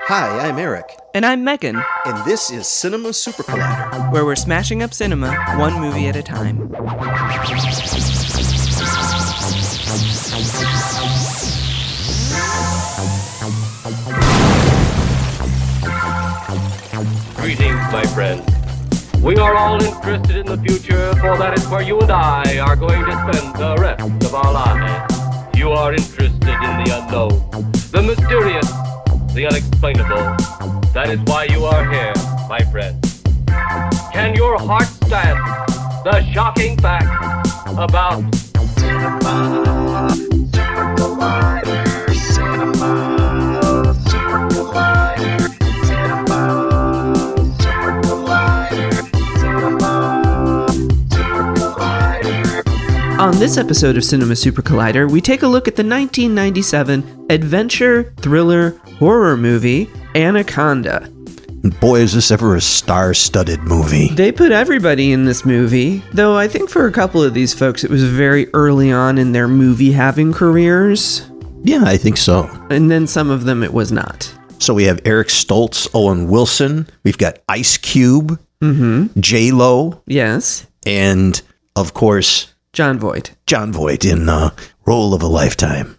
Hi, I'm Eric, And I'm Megan, and this is Cinema Super Collider. where we're smashing up cinema one movie at a time. Greetings, my friend. We are all interested in the future, for that is where you and I are going to spend the rest of our lives. You are interested in the unknown, the mysterious, the unexplainable. That is why you are here, my friend. Can your heart stand the shocking fact about On this episode of Cinema Super Collider, we take a look at the 1997 adventure thriller horror movie Anaconda. Boy, is this ever a star studded movie. They put everybody in this movie, though I think for a couple of these folks it was very early on in their movie having careers, Yeah, I think so. and then some of them it was not. So we have Eric Stoltz, Owen Wilson, we've got Ice Cube, Mm-hmm. J Lo, Yes, and of course, John Voight. John Voight in uh, Role of a Lifetime.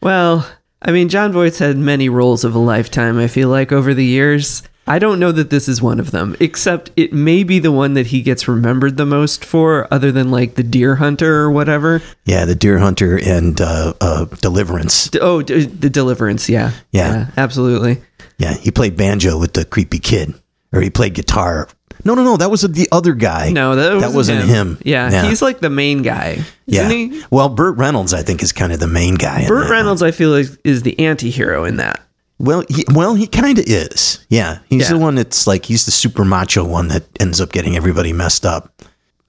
Well, I mean, John Voight's had many roles of a lifetime, I feel like, over the years. I don't know that this is one of them, except it may be the one that he gets remembered the most for, other than like the deer hunter or whatever. Yeah, The Deer Hunter and uh, uh, Deliverance. D- oh, d- the deliverance. Yeah. Yeah. Absolutely. Yeah, he played banjo with the creepy kid, or he played guitar. No, no, no, that was the other guy. No, that, wasn't him. Yeah, He's like the main guy. yeah. uh, Isn't he? Well, Burt Reynolds, I think, is kind of the main guy. in Burt that. Reynolds, I feel, is, is the anti hero in that. Well, he, well, he kind of is. Yeah, he's Yeah. the one that's like he's the super macho one that ends up getting everybody messed up.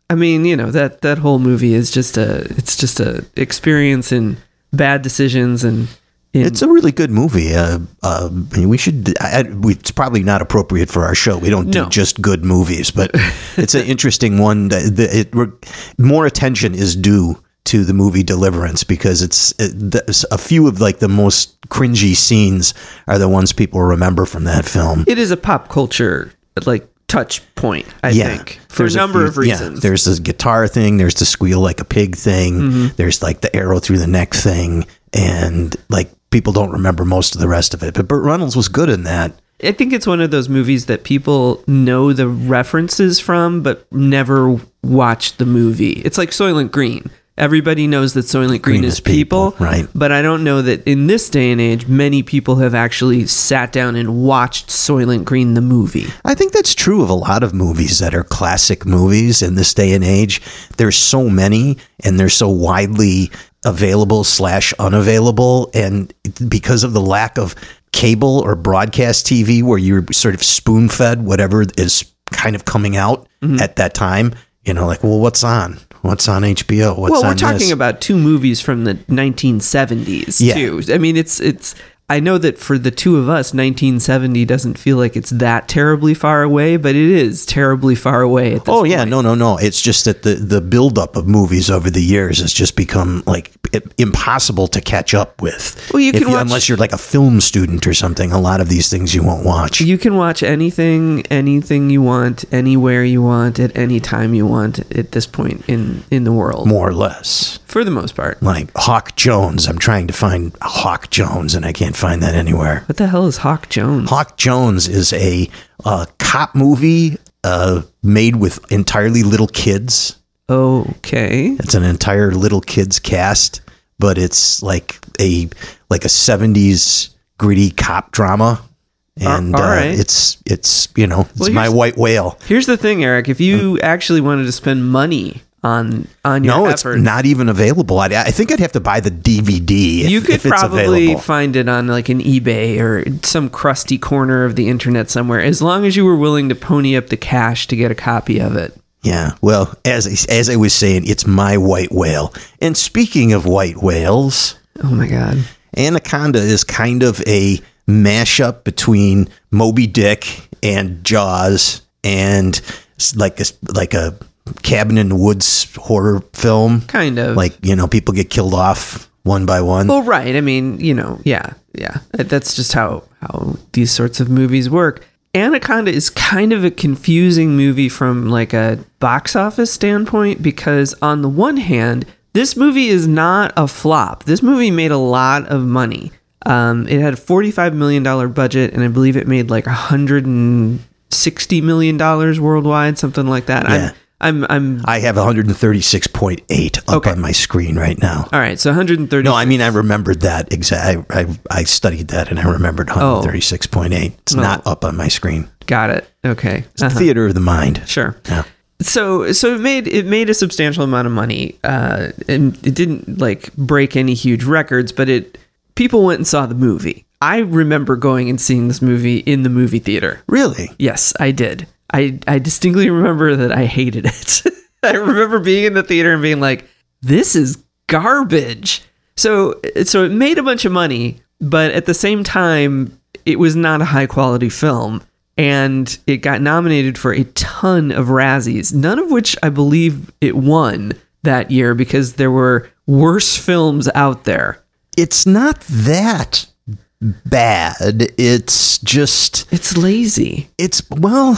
I mean, you know that that whole movie is just a it's just a experience in bad decisions and in It's a really good movie. Uh, uh, I mean, we should. I, I- we, it's probably not appropriate for our show. We don't No. do just good movies, but it's an interesting one. That, that it, we're- more attention is due to the movie Deliverance because it's it, there's a few of like the most cringy scenes are the ones people remember from that film. it is a pop culture like touch point i think for There's a number few- of reasons Yeah, there's this guitar thing, there's the squeal like a pig thing, Mm-hmm. there's like the arrow through the neck thing, and like people don't remember most of the rest of it. But Burt Reynolds was good in that. i think it's one of those movies that people know the references from but never watched the movie it's like soylent green everybody knows that soylent green, is, is people, people, right. but i don't know that in this day and age many people have actually sat down and watched soylent green the movie I think that's true of a lot of movies that are classic movies in this day and age. There's so many and they're so widely available slash unavailable. And because of the lack of cable or broadcast TV where you're sort of spoon fed whatever is kind of coming out Mm-hmm. at that time, you know, like, well, what's on? What's on HBO? What's well on we're talking this? about two movies from the 1970s Yeah. too i mean it's it's i know that for the two of us 1970 doesn't feel like it's that terribly far away but it is terribly far away at this Oh yeah, no, no, no. It's just that the the buildup of movies over the years has just become like i impossible to catch up with. Well, you If can watch- unless you're like a film student or something. A lot of these things you won't watch. you can watch anything anything you want anywhere you want at any time you want at this point in in the world more or less, for the most part like Hawk Jones. I'm trying to find Hawk Jones, and I can't find that anywhere. what the hell is hawk jones Hawk Jones is a, uh cop movie uh, made with entirely little kids. okay It's an entire little kids cast, but it's like a like a seventies gritty cop drama, and all uh, right. it's it's you know it's Well, my here's- white whale. here's the thing eric if you actually wanted to spend money on on your Mm. No, it's efforts, not even available. I, I think I'd have to buy the DVD. If, you could if it's probably available. find it on like an eBay or some crusty corner of the internet somewhere, as long as you were willing to pony up the cash to get a copy of it. yeah. Well, as I- as I was saying, it's my white whale. And speaking of white whales, Oh my god! Anaconda is kind of a mashup between Moby Dick and Jaws and s- like a, s- like a cabin in the woods horror film. Kind of Like, you know, people get killed off one by one. Well, right. I mean, you know, yeah, yeah. That's just how how these sorts of movies work. Anaconda is kind of a confusing movie from like a box office standpoint because on the one hand, this movie is not a flop. This movie made a lot of money. Um, it had a forty-five million dollar budget, and I believe it made like a hundred and sixty million dollars worldwide, something like that. Yeah. I'm, I'm, I'm. I have 136.8 up Okay. on my screen right now. All right, so one hundred and thirty. No, I mean I remembered that exact. I, I I studied that and I remembered Oh. 136.8. It's not up on my screen. got it. Okay, Uh-huh. It's theater of the mind. sure. Yeah. so so it made it made a substantial amount of money uh and it didn't like break any huge records but it people went and saw the movie i remember going and seeing this movie in the movie theater Really? yes i did i i distinctly remember that i hated it i remember being in the theater and being like this is garbage so so it made a bunch of money but at the same time it was not a high quality film and it got nominated for a ton of Razzies, none of which I believe it won that year because there were worse films out there. It's not that bad. It's just It's lazy. it's well,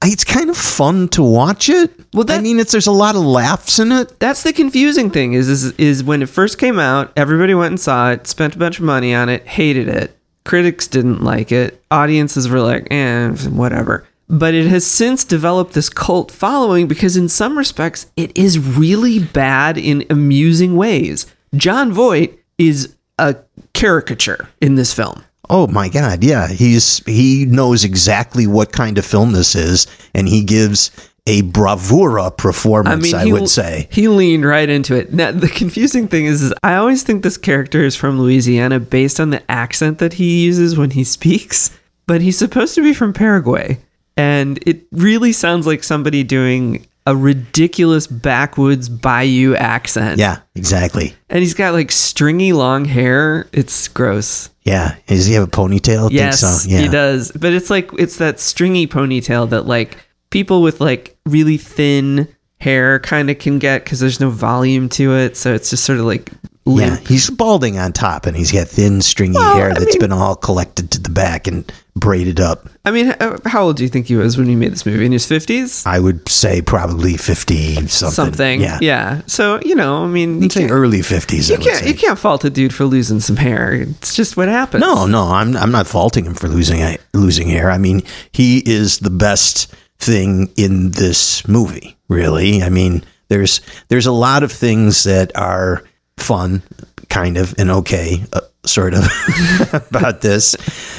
I- it's kind of fun to watch it. Well, that- I mean, it's there's a lot of laughs in it. That's the confusing thing is, is is when it first came out, everybody went and saw it, spent a bunch of money on it, hated it. Critics didn't like it. Audiences were like, eh, whatever. But it has since developed this cult following because in some respects it is really bad in amusing ways. John Voight is a caricature in this film. Oh my god, yeah. He's he knows exactly what kind of film this is and he gives a bravura I performance, mean, I, he, would say. he leaned right into it. Now, the confusing thing is, is, I always think this character is from Louisiana based on the accent that he uses when he speaks, but he's supposed to be from Paraguay, and it really sounds like somebody doing a ridiculous backwoods bayou accent. Yeah, exactly. and he's got like stringy long hair. It's gross. Yeah. Does he have a ponytail? I Yes, think so. Yeah. he does. But it's like it's that stringy ponytail that like people with like really thin hair kind of can get because there's no volume to it, so it's just sort of like limp. Yeah, he's balding on top, and he's got thin, stringy hair that's been all collected to the back and braided up. I mean, h- uh, how old do you think he was when he made this movie? In his fifties, I would say probably fifty something. something. Yeah. So you know, I mean, you I'd say can't, early fifties. I you would can't say. you can't fault a dude for losing some hair. It's just what happens. No, no, I'm I'm not faulting him for losing losing hair. I mean, he is the best thing in this movie, really. I mean, there's there's a lot of things that are fun, kind of, and okay, uh, sort of, about this,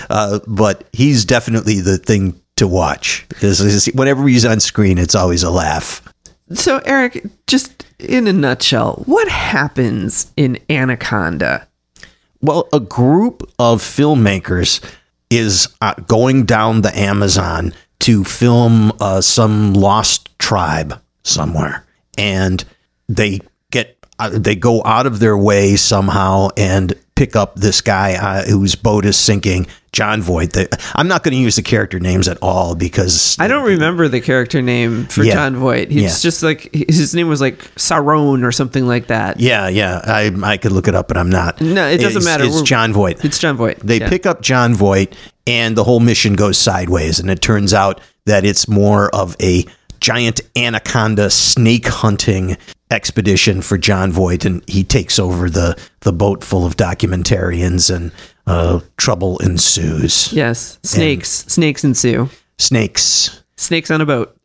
uh, but he's definitely the thing to watch. This is, whenever he's on screen, it's always a laugh. So, Eric, just in a nutshell, what happens in Anaconda? Well, a group of filmmakers is uh, going down the Amazon to film uh, some lost tribe somewhere, and they get uh, they go out of their way somehow and pick up this guy uh, whose boat is sinking, John Voight. The, I'm not going to use the character names at all because I don't remember the character name for Yeah. John Voight. He's Yeah. just like his name was like Saron or something like that. Yeah, yeah, I I could look it up, but I'm not. No, it doesn't It's- matter. It's We're- John Voight. It's John Voight. They Yeah. pick up John Voight, and the whole mission goes sideways. And it turns out that it's more of a giant anaconda snake hunting expedition for John Voight, and he takes over the the boat full of documentarians, and uh, trouble ensues. Yes, snakes. snakes ensue. Snakes. Snakes on a boat.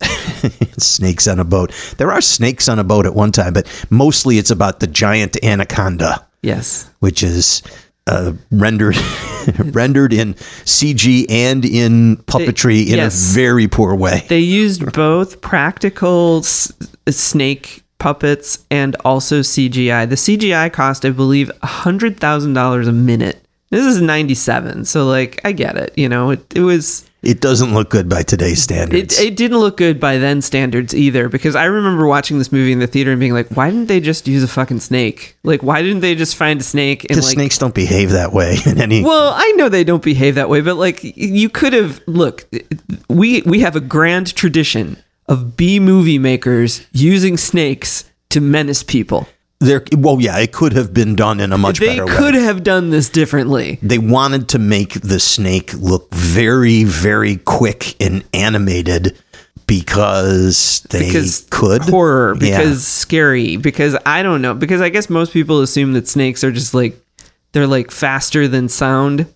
Snakes on a boat. There are snakes on a boat at one time, but mostly it's about the giant anaconda. Yes. which is uh, rendered rendered in CG and in puppetry in yes. a very poor way. They used both practical s- snake puppets and also CGI. The CGI cost, I believe, hundred thousand dollars a minute. This is '97, so like I get it. You know, it, it was It doesn't look good by today's It, standards. it didn't look good by then standards either because I remember watching this movie in the theater and being like, why didn't they just use a fucking snake? Like, why didn't they just find a snake and the like. snakes don't behave that way in any. Well, I know they don't behave that way, but like y- you could have look, we we have a grand tradition of B movie makers using snakes to menace people. There, well, yeah, it could have been done in a much they better way. could have done this differently. they wanted to make the snake look very, very quick and animated because they Because could horror, Yeah. because scary, because I don't know, because I guess most people assume that snakes are just like they're like faster than sound,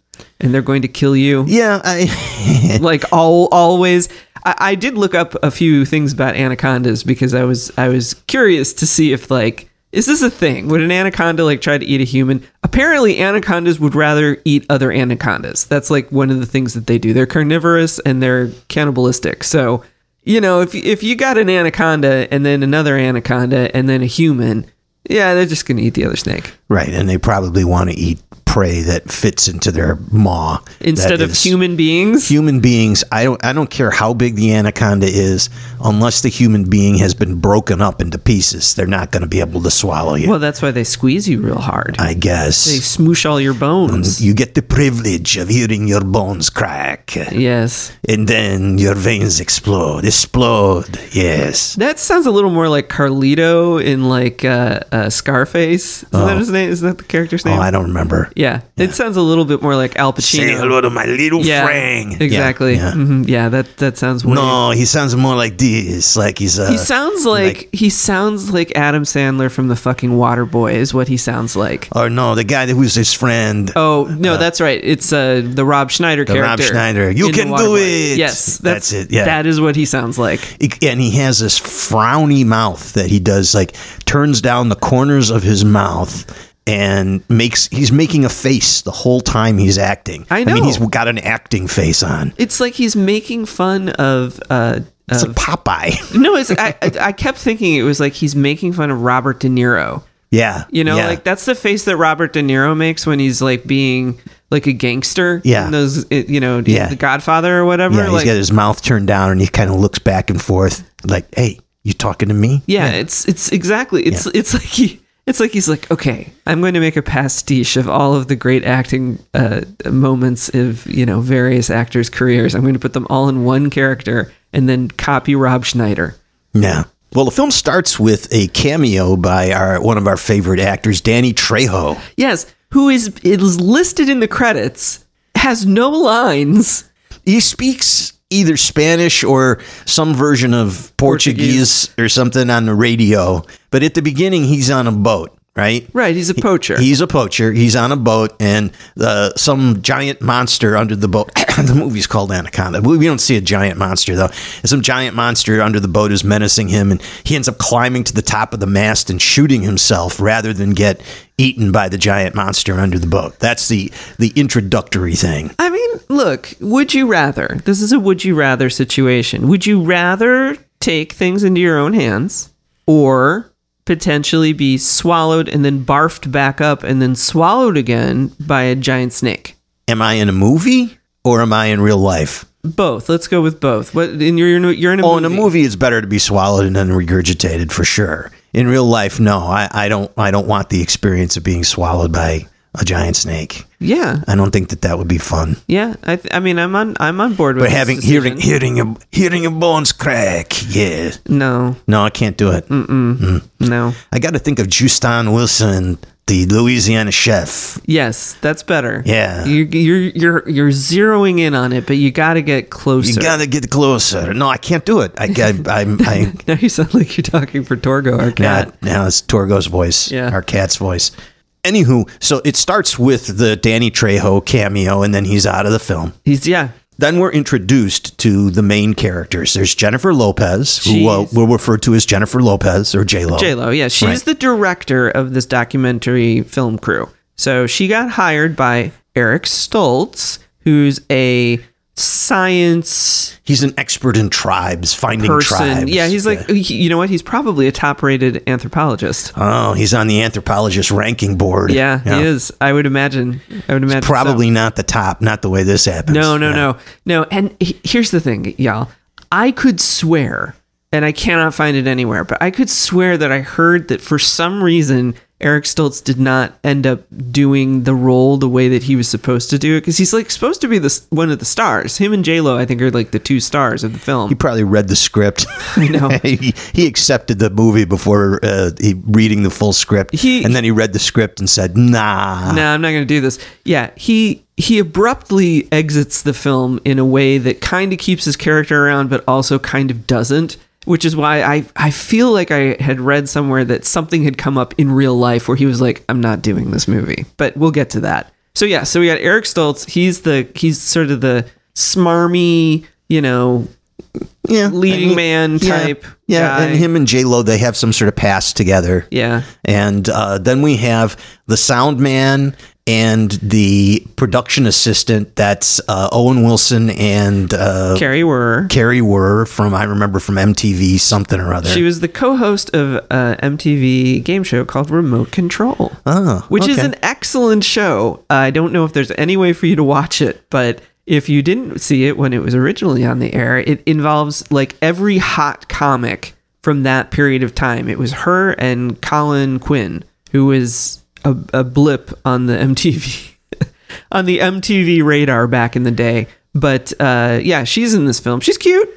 and they're going to kill you. Yeah, I, like all always I, I did look up a few things about anacondas because i was i was curious to see if like is this a thing would an anaconda like try to eat a human apparently anacondas would rather eat other anacondas that's like one of the things that they do they're carnivorous and they're cannibalistic so you know if if you got an anaconda and then another anaconda and then a human yeah they're just gonna eat the other snake right, and they probably want to eat prey that fits into their maw that instead of is- human beings Human beings, I don't, I don't care how big the anaconda is, unless the human being has been broken up into pieces, they're not going to be able to swallow you. well that's why they squeeze you real hard I guess they smoosh all your bones you get the privilege of hearing your bones crack. yes and then your veins explode. Explode, yes. That sounds a little more like Carlito in like uh, uh, Scarface. Isn't that his name? Is that the character's name? Oh, I don't remember. yeah. it sounds a little bit more like Al Pacino. Say hello to my little yeah, friend. exactly. Yeah, yeah. Mhm. Yeah, that that sounds. Way No, he sounds more like this. Like he's uh, a. he sounds like, he sounds like Adam Sandler from the fucking Waterboy is what he sounds like. or no, the guy who's his friend. Oh no, that's right. It's uh, the Rob Schneider Rob character. Schneider. You in The can do Waterboy. it! Yes, that's, That's it, yeah. that is what he sounds like. And he has this frowny mouth that he does, like, turns down the corners of his mouth and makes. He's making a face the whole time he's acting. I I mean, know. he's got an acting face on. It's like he's making fun of uh, It's a Popeye. No, it's I, I. I kept thinking it was like he's making fun of Robert De Niro. yeah. You know, yeah. like that's the face that Robert De Niro makes when he's like being like a gangster. Yeah. in those it- you know, Yeah. the Godfather or whatever. Yeah, he's like, got his mouth turned down and he kind of looks back and forth like, "Hey, you talking to me?" yeah, it's it's exactly. It's it's like he. It's like he's like, okay, I'm going to make a pastiche of all of the great acting uh, moments of you know various actors' careers. I'm going to put them all in one character and then copy Rob Schneider. Yeah. Well, the film starts with a cameo by our one of our favorite actors, Danny Trejo. Yes, who is is listed in the credits has no lines. He speaks either Spanish or some version of Portuguese, or something on the radio. But at the beginning, he's on a boat, right? Right, he's a poacher. He's a poacher. He's on a boat, and uh, some giant monster under the boat. the movie's called Anaconda. We, we don't see a giant monster though. Some giant monster under the boat is menacing him, and he ends up climbing to the top of the mast and shooting himself rather than get eaten by the giant monster under the boat. That's the the introductory thing. I mean, look, would you rather? This is a would you rather situation. Would you rather take things into your own hands or potentially be swallowed and then barfed back up and then swallowed again by a giant snake? Am I in a movie or am I in real life? Both. Let's go with both. What in you're in a- you're in a Oh, movie. in a movie, it's better to be swallowed and then regurgitated for sure. In real life, no, I, I don't. I don't want the experience of being swallowed by a giant snake. Yeah. I don't think that that would be fun. Yeah. I th- I mean, I'm on I'm on board with But this having decision. hearing hearing your hearing your bones crack, yeah. No. No, I can't do it. No. I got to think of Justin Wilson, the Louisiana chef. Yes, that's better. Yeah. You're you're you're, you're zeroing in on it, but you got to get closer. You got to get closer. No, I can't do it. I I, I'm I Now you sound like you're talking for Torgo, our cat. not now. It's Torgo's voice. Yeah. our cat's voice. Anywho, so it starts with the Danny Trejo cameo, and then he's out of the film. He's yeah. Then we're introduced to the main characters. There's Jennifer Lopez, who uh, Jeez. we'll refer to as Jennifer Lopez or J Lo. J Lo, yeah, she's Right. the director of this documentary film crew. So she got hired by Eric Stoltz, who's a science He's an expert in tribes, finding person. tribes. Yeah, he's like, he- you know what? He's probably a top-rated anthropologist. oh, he's on the anthropologist ranking board. Yeah, he is. I would imagine. I would imagine so. Probably not the top, not the way this happens. No, no, Yeah. no, no. And he- here's the thing, y'all. I could swear, and I cannot find it anywhere, but I could swear that I heard that for some reason Eric Stoltz did not end up doing the role the way that he was supposed to do it because he's like supposed to be the s- one of the stars. Him and J Lo, I think, are like the two stars of the He film. probably read the script. I know. he, he accepted the movie before uh, he, reading the full script, He- and then he read the script and said, "Nah." no, I'm not going to do this. Yeah, he he abruptly exits the film in a way that kind of keeps his character around, but also kind of doesn't. Which is why I I feel like I had read somewhere that something had come up in real life where he was like, I'm not doing this movie. But we'll get to that. So yeah, so we got Eric Stoltz. He's the he's sort of the smarmy, you know, Yeah, leading and man yeah, type Yeah, and guy. him and J Lo, they have some sort of past together. yeah. And uh, then we have the sound man and the production assistant. That's uh, Owen Wilson and uh, Carrie Werrer. Carrie Wurr from I remember from MTV something or other. She was the co-host of uh, MTV game show called Remote Control, Oh, which is okay. an excellent show. I don't know if there's any way for you to watch it, but if you didn't see it when it was originally on the air, it involves like every hot comic from that period of time. It was her and Colin Quinn, who was a, a blip on the MTV on the MTV radar back in the day. But uh, yeah, she's in this film. She's cute.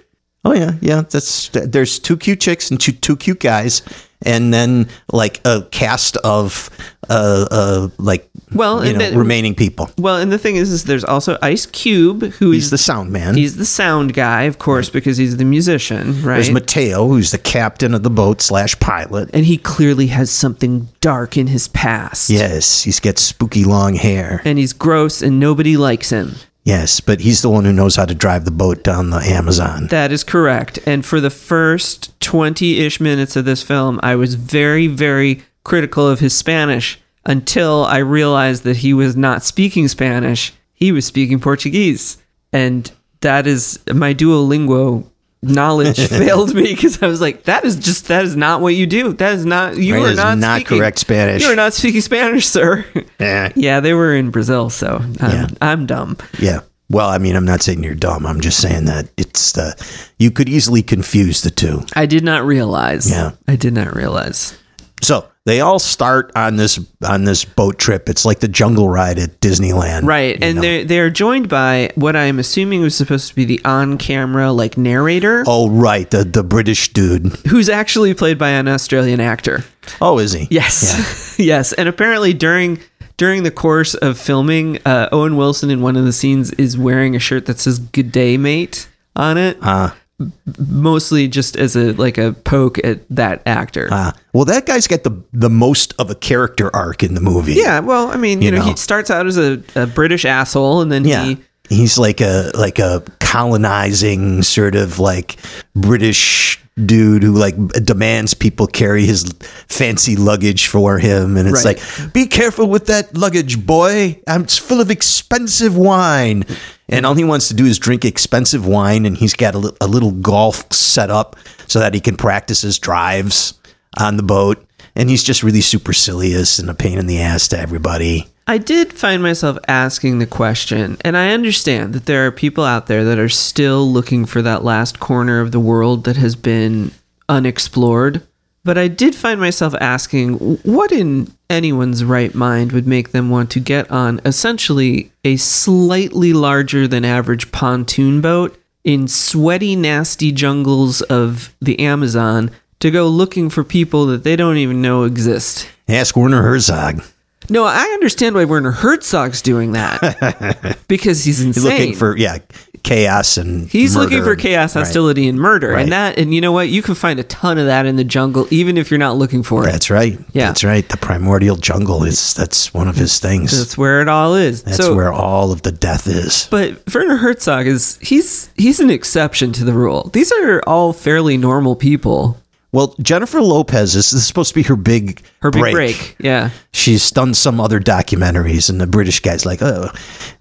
Oh yeah, yeah. That's there's two cute chicks and two two cute guys, and then like a cast of uh uh like Well, you and know then- remaining people. Well, and the thing is, is there's also Ice Cube, who He's is the sound man. he's the sound guy, of course, because he's the musician, right? there's Mateo, who's the captain of the boat slash pilot. and he clearly has something dark in his past. Yes, he's got spooky long hair. And he's gross, and nobody likes him. Yes, but he's the one who knows how to drive the boat down the Amazon. That is correct. And for the first 20 ish minutes of this film, I was very, very critical of his Spanish until I realized that he was not speaking Spanish. He was speaking Portuguese. And that is my Duolingo knowledge failed me because I was like, that is just, that is not what you do. That is not, you Right, are is not, not speaking- correct Spanish. You are not speaking Spanish, sir. Eh, yeah, they were in Brazil, so I'm, Yeah. I'm dumb. yeah. Well, I mean, I'm not saying you're dumb. I'm just saying that it's the you could easily confuse the two. I did not realize. Yeah. I did not realize. So they all start on this on this boat trip. It's like the jungle ride at Disneyland, Right, and they they are joined by what I am assuming was supposed to be the on camera like narrator, Oh, right, the the British dude. who's actually played by an Australian actor. Oh, is he? Yes, yes, and apparently during during the course of filming, uh, Owen Wilson in one of the scenes is wearing a shirt that says "Good Day, Mate" on it, Uh-huh. uh, mostly just as a like a poke at that actor. Ah, well, that guy's got the the most of a character arc in the movie. yeah, well, I mean, you, You know, know. he starts out as a, a British asshole, and then yeah. he He's like a like a colonizing sort of like British dude who like demands people carry his fancy luggage for him, and it's Right. like, be careful with that luggage, boy. I'm it's full of expensive wine, and all he wants to do is drink expensive wine, and he's got a li- a little golf set up so that he can practice his drives on the boat, and he's just really supercilious and a pain in the ass to everybody. I did find myself asking the question, and I understand that there are people out there that are still looking for that last corner of the world that has been unexplored. But I did find myself asking what in anyone's right mind would make them want to get on essentially a slightly larger than average pontoon boat in sweaty, nasty jungles of the Amazon to go looking for people that they don't even know exist. Ask Werner Herzog. No, I understand why Werner Herzog's doing that because he's insane. looking for yeah chaos and he's murder looking for and- chaos, right. hostility, and murder, Right. and that. And you know what? You can find a ton of that in the jungle, even if you're not looking for it. That's right. Yeah. that's right. The primordial jungle is that's one of his things. That's, That's where it all is. so, where all of the death is. but Werner Herzog is he's he's an exception to the rule. These are all fairly normal people. Well, Jennifer Lopez is, this is supposed to be her big Her big break, yeah. She's done some other documentaries, and the British guy's like, oh,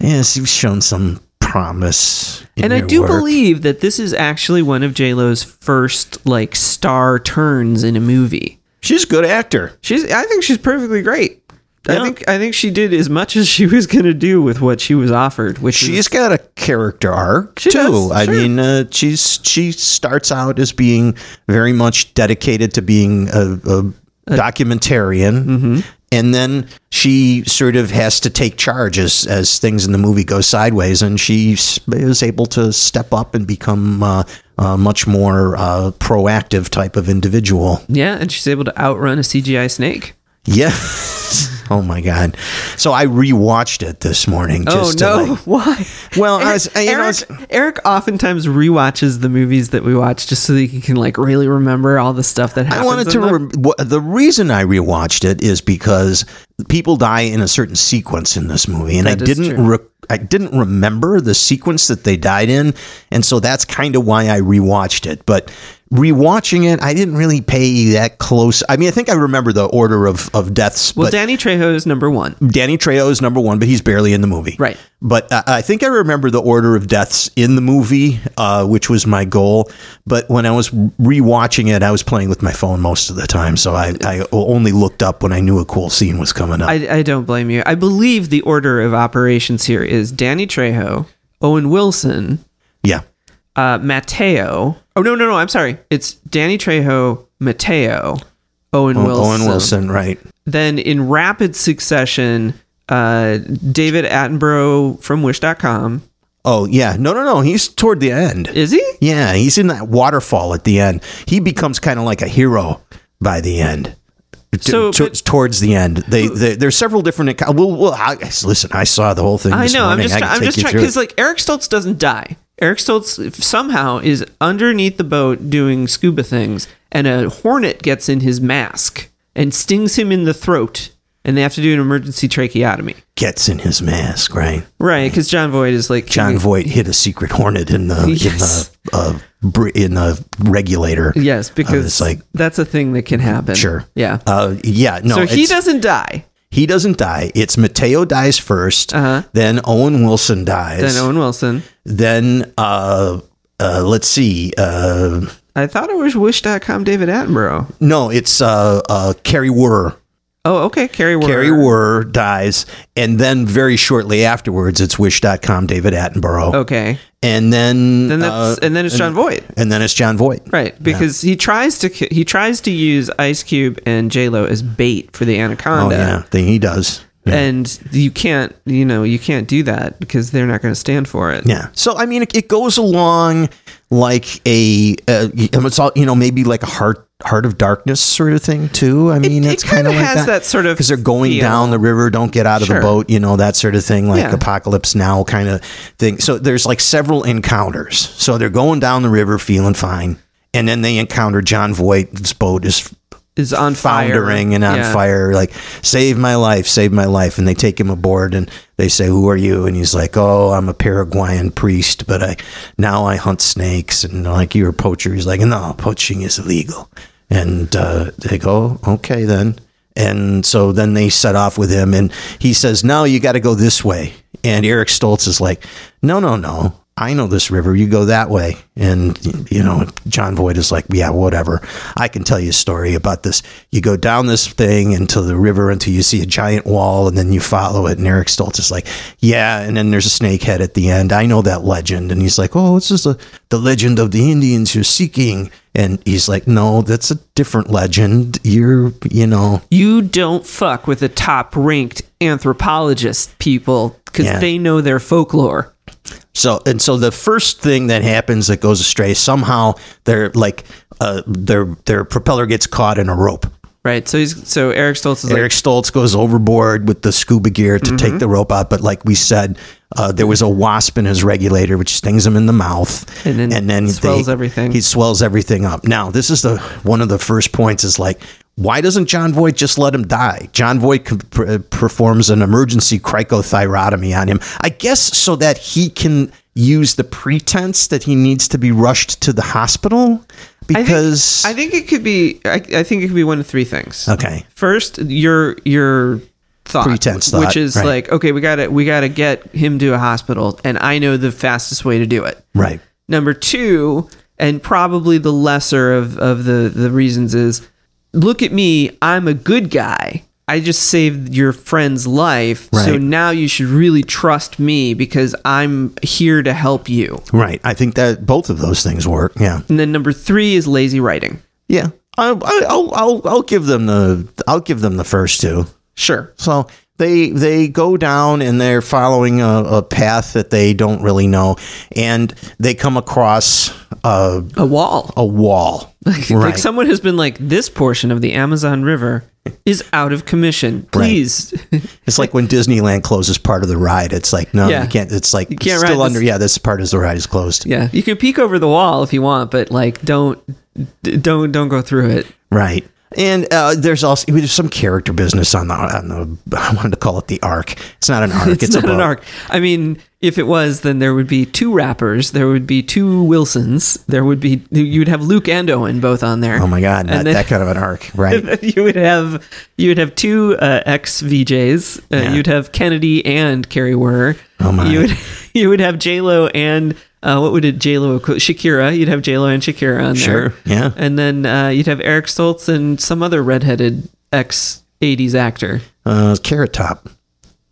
yes, you've shown some promise. in and I your do work." believe that this is actually one of J Lo's first like star turns in a movie. she's a good actor. She's. I think she's perfectly great. I Yeah. think. I think she did as much as she was going to do with what she was offered, which is She's got a character arc She too. does, I sure. mean, uh, she's she starts out as being very much dedicated to being a, Mm-hmm. a, documentarian. And then she sort of has to take charge as, as things in the movie go sideways, and she s- is able to step up and become uh, a much more uh, proactive type of individual. Yeah, and she's able to outrun a CGI snake. Yeah. oh my God. So I rewatched it this morning. Just oh To no! like, Why? well, I Eric, was, you know, it's- Eric, Eric oftentimes rewatches the movies that we watch just so that he can like really remember all the stuff that happens. I wanted in to. them. Rem- wh- the reason I rewatched it is because people die in a certain sequence in this movie, and I That is didn't. true. Re- I didn't remember the sequence that they died in, and so that's kind of why I rewatched it. But rewatching it, I didn't really pay that close. I mean, I think I remember the order of of deaths. well, but Mm. Danny Trejo is number one. Danny Trejo is number one, but he's barely in the movie. Right. But uh, I think I remember the order of deaths in the movie, uh, which was my goal. But when I was rewatching it, I was playing with my phone most of the time, so I, I only looked up when I knew a cool scene was coming up. I, I don't blame you. I believe the order of operations here is Danny Trejo, Owen Wilson, yeah. uh, Mateo. Oh no, no, no! I'm sorry. It's Danny Trejo, Mateo, Owen Wilson. Oh, Owen Wilson, right? Then in rapid succession, uh, David Attenborough from Wish.com. Oh yeah, no, no, no. He's toward the end. Is he? yeah, he's in that waterfall at the end. He becomes kind of like a hero by the end. So, T- but- towards the end, they, they there's several different. acco- Well, well I, listen, I saw the whole thing. I this know. I'm morning. just. I can I'm take just you trying through it. because like Eric Stoltz doesn't die. Eric Stoltz somehow is underneath the boat doing scuba things, and a hornet gets in his mask and stings him in the throat, and they have to do an emergency tracheotomy. gets in his mask, right? Right, because John Voight is like John Voight hit a secret hornet in the Yes. in the uh, br- in the regulator. Yes, because it's like- that's a thing that can happen. Sure. Yeah. Uh, yeah, no. so he it's- doesn't die. He doesn't die. It's Mateo dies 1st then Owen Wilson dies, Uh-huh. Then then, Owen Wilson. uh, uh, let's see, uh, I thought it was Wish.com David Attenborough. no, it's uh, uh, Carrie Wurr. Oh, okay. Carrie Werner. Carrie Wurr dies, and then very shortly afterwards, it's Wish.com David Attenborough, Okay. and then Oh. Then that's uh, and then it's John Voight. and then it's John Voight. Right, because he tries to ki- he tries to use Ice Cube and J Lo as bait for the Oh anaconda, yeah, then he does. and you can't you know you can't do that because they're not going to stand for it. Yeah. So I mean, it, it goes along like a uh, it's all you know, maybe like a heart heart of darkness sort of thing too. I mean, it it's kind of kinda like has that sort of because they're going feel. down the river, don't get out of Sure. the boat, you know, that sort of thing, like Yeah. apocalypse now kind of thing. So there's like several encounters. So they're going down the river, feeling fine, and then they encounter John Voight's boat is Is on fire. foundering and on Yeah. fire like save my life save my life and they take him aboard and they say who are you and he's like oh i'm a paraguayan priest but i now i hunt snakes and like you're a poacher he's like no poaching is illegal and uh, they go okay then and so then they set off with him and he says no you got to go this way and eric stoltz is like no no no I know this river. You go that way. And, you know, John Voight is like, yeah, whatever. I can tell you a story about this. You go down this thing into the river until you see a giant wall and then you follow it. And Eric Stoltz is like, yeah. And then there's a snake head at the end. I know that legend. And he's like, oh, this is the, the legend of the Indians you're seeking. And he's like, no, that's a different legend. You're, you know, You don't fuck with the top ranked anthropologist people because Yeah. they know their folklore. So and so the first thing that happens that goes astray somehow they're like uh, their their propeller gets caught in a rope. Right. So he's so Eric Stoltz is Eric Stoltz goes overboard with the scuba gear to Mm-hmm. take the rope out, but like we said, uh, there was a wasp in his regulator which stings him in the mouth, And then swells everything. He swells everything up. Now this is the one of the first points is like. Why doesn't John Voight just let him die? John Voight com- per- uh, performs an emergency cricothyrotomy on him, I guess, so that he can use the pretense that he needs to be rushed to the hospital. Because like, I think it could be. I, I think it could be one of three things. okay, first your your thought Pretense which thought, is right. like okay we gotta we gotta get him to a hospital and i know the fastest way to do it right, number two and probably the lesser of of the the reasons is look at me i'm a good guy i just saved your friend's life so Right. now you should really trust me because i'm here to help you right. I think that both of those things work. Yeah. and then number three is lazy writing Yeah. I, I, I'll, I'll, I'll give them the, I'll give them the first two. Sure. So they they go down and they're following a, a path that they don't really know, and they come across a, A wall. a wall. Like someone has been like, this portion of the Amazon River is out of commission. Please. It's like when Disneyland closes part of the ride. It's like no, Yeah. you can't. It's like You can't still ride under. this- Yeah, this part of the ride is closed. yeah. You can peek over the wall if you want, but like don't d- don't don't go through it. Right. And uh, there's also there's some character business on the on the I wanted to call it the arc. It's not an arc. It's, It's, not a an boat. arc. I mean, if it was, then there would be two rappers, there would be two Wilsons, there would be you'd have Luke and Owen both on there. Oh my god, not then- that kind of an arc, right? you would have you would have two uh, ex VJs. Uh, Yeah. You'd have Kennedy and Carrie Werner. Oh, my. You would you would have J Lo and uh, what would it J Lo Shakira? You'd have J Lo and Shakira on Sure, there. yeah. And then uh, you'd have Eric Stoltz and some other redheaded ex '80s actor. uh, Carrot Top.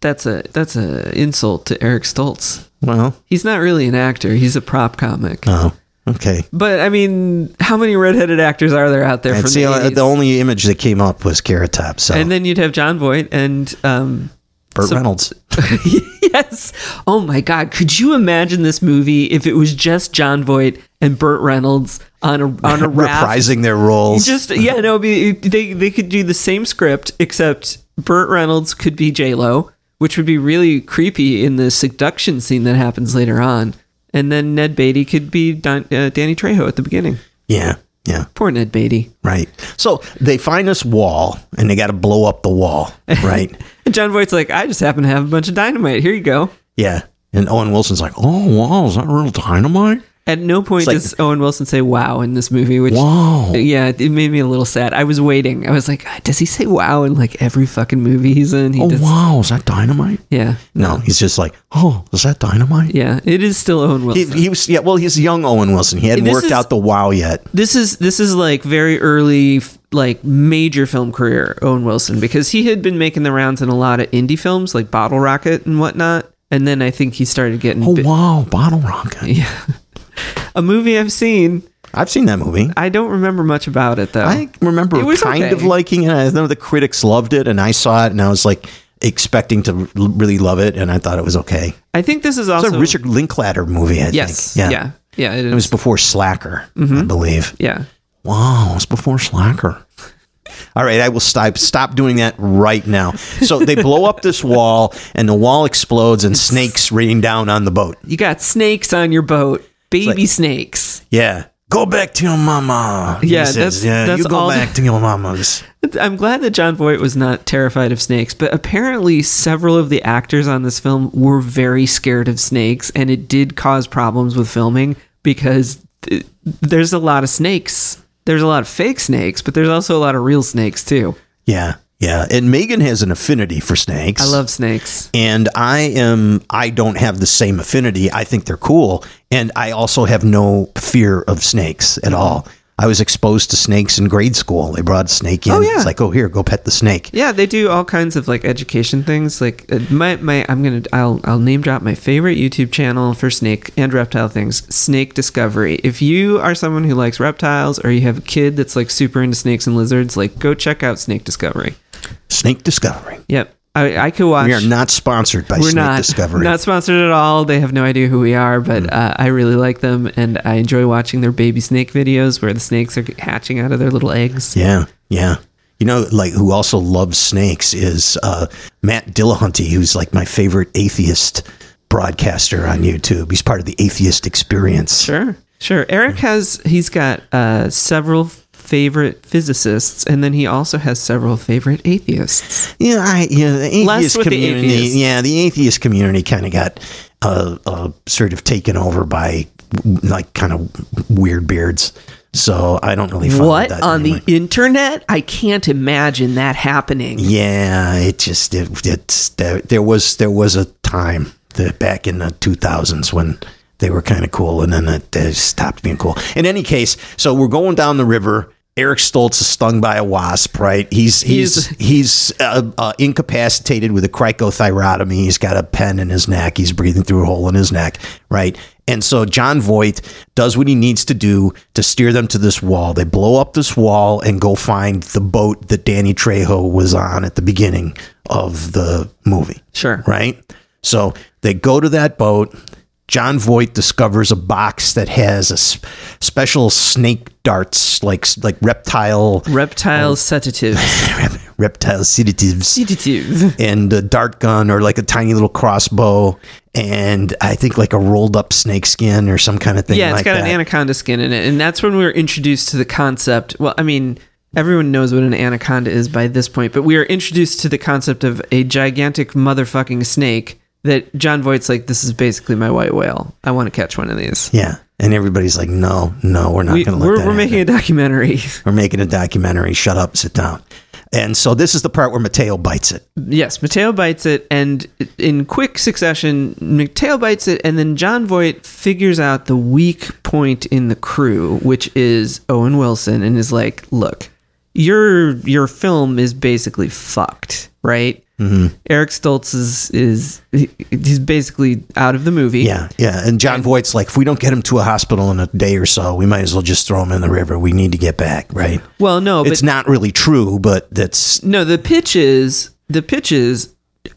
That's a that's a insult to Eric Stoltz. Well, He's not really an actor. He's a prop comic. oh, okay. But I mean, how many redheaded actors are there out there? From That's the, uh, the, only- 80s? the only image that came up was Carrot Top. So and then you'd have John Voight and um, Burt Reynolds. yes. Oh my God. Could you imagine this movie if it was just John Voight and Burt Reynolds on a on a raft? reprising their roles. Just yeah, no. it'd Be, they they could do the same script except Burt Reynolds could be J Lo, which would be really creepy in the seduction scene that happens later on. And then Ned Beatty could be Don, uh, Danny Trejo at the beginning. yeah, yeah, Poor Ned Beatty. right. So they find this wall and they got to blow up the wall, right? And John Voight's like, I just happen to have a bunch of dynamite. Here you go. yeah. And Owen Wilson's like, oh, wow, is that real dynamite? At no point like- does Owen Wilson say "wow" in this movie, which Wow. yeah, it it made me a little sad. I was waiting. I was like, "God, does he say "wow" in like every fucking movie he's in? He Oh, does. wow, is that dynamite? Yeah, No, he's just like, oh, is that dynamite? yeah, it is still Owen He, Wilson. he was, yeah, well, he's young Owen Wilson. He hadn't This worked is- out the wow yet. this is this is like very early, f- like major film career Owen Wilson because he had been making the rounds in a lot of indie films like Bottle Rocket and whatnot, and then I think he started getting Oh, bi- wow, Bottle Rocket. a movie I've seen. I've seen that movie. I don't remember much about it though. I remember Oh. It was kind okay. of liking it. I know the critics loved it, and I saw it, and I was like expecting to r- really love it, and I thought it was okay. I think this is It's also a Richard Linklater movie, I Yes, think. yeah, Mm-hmm. yeah, it is. It was before Slacker, I believe. yeah. Wow, it was before Slacker. All right, I will stop stop doing that right now. So they blow up this wall, and the wall explodes, and snakes rain down on the boat. You got snakes on your boat, baby snakes. Yeah. Go back to your mama. he Yeah, says. that's- yeah. that's you go all the- back to your mamas. I'm glad that John Voight was not terrified of snakes, but apparently several of the actors on this film were very scared of snakes, and it did cause problems with filming because th- there's a lot of snakes. There's a lot of fake snakes, but there's also a lot of real snakes too. Yeah, yeah. And Megan has an affinity for snakes. I love snakes. and I am I don't have the same affinity. I think they're cool, and I also have no fear of snakes at all. I was exposed to snakes in grade school. They brought a snake in. Oh, yeah. It's like, oh, here, go pet the snake. Yeah, they do all kinds of like education things. Like uh, my my, I'm gonna I'll I'll name drop my favorite YouTube channel for snake and reptile things, Snake Discovery. If you are someone who likes reptiles or you have a kid that's like super into snakes and lizards, like go check out Snake Discovery. Snake Discovery. Yep, I I could watch. We are not sponsored by We're Snake not Discovery. Mm. not sponsored at all. They have no idea who we are, but uh, I really like them and I enjoy watching their baby snake videos where the snakes are hatching out of their little eggs. yeah, yeah. You know, like who also loves snakes is uh, Matt Dillahunty, who's like my favorite atheist broadcaster on YouTube. He's part of the Atheist Experience. Sure, sure. Eric has he's got uh, several favorite physicists, and then he also has several favorite atheists. Yeah, I, yeah, the Less atheist with the community. atheists. Yeah, the atheist community kind of got uh, uh, sort of taken over by w- like kind of weird beards. So I don't really follow What that on the anymore. internet? I can't imagine that happening. Yeah, it just it, it's there, there was there was a time that back in the two thousands when they were kind of cool, and then it, they stopped being cool. In any case, so we're going down the river. Eric Stoltz is stung by a wasp, right? He's he's he's uh, uh, incapacitated with a cricothyrotomy. He's got a pen in his neck. He's breathing through a hole in his neck, right? And so John Voight does what he needs to do to steer them to this wall. They blow up this wall and go find the boat that Danny Trejo was on at the beginning of the movie, Sure. right? So they go to that boat. John Voight discovers a box that has a s- special snake darts, like like reptile Reptile sedative. reptile sedatives Sedative. and a dart gun or like a tiny little crossbow and I think like a rolled up snake skin or some kind of thing. Yeah, it's like got that. an anaconda skin in it. And that's when we were introduced to the concept. Well, I mean, everyone knows what an anaconda is by this point, but we are introduced to the concept of a gigantic motherfucking snake that John Voight's like, this is basically my white whale. I want to catch one of these. Yeah, and everybody's like, no, no, we're not We, going to let we're that. we're making a documentary. happen. we're making a documentary. Shut up, sit down. And so this is the part where Mateo bites it. Yes, Mateo bites it, and in quick succession, Mateo bites it, and then John Voight figures out the weak point in the crew, which is Owen Wilson, and is like, "Look, your your film is basically fucked, right? Mm-hmm. Eric Stoltz is is he- he's basically out of the movie. Yeah, yeah. And John Voight's like, if we don't get him to a hospital in a day or so, we might as well just throw him in the river. We need to get back, right? Well, no, but it's not really true, but that's no, the pitch is the pitch is,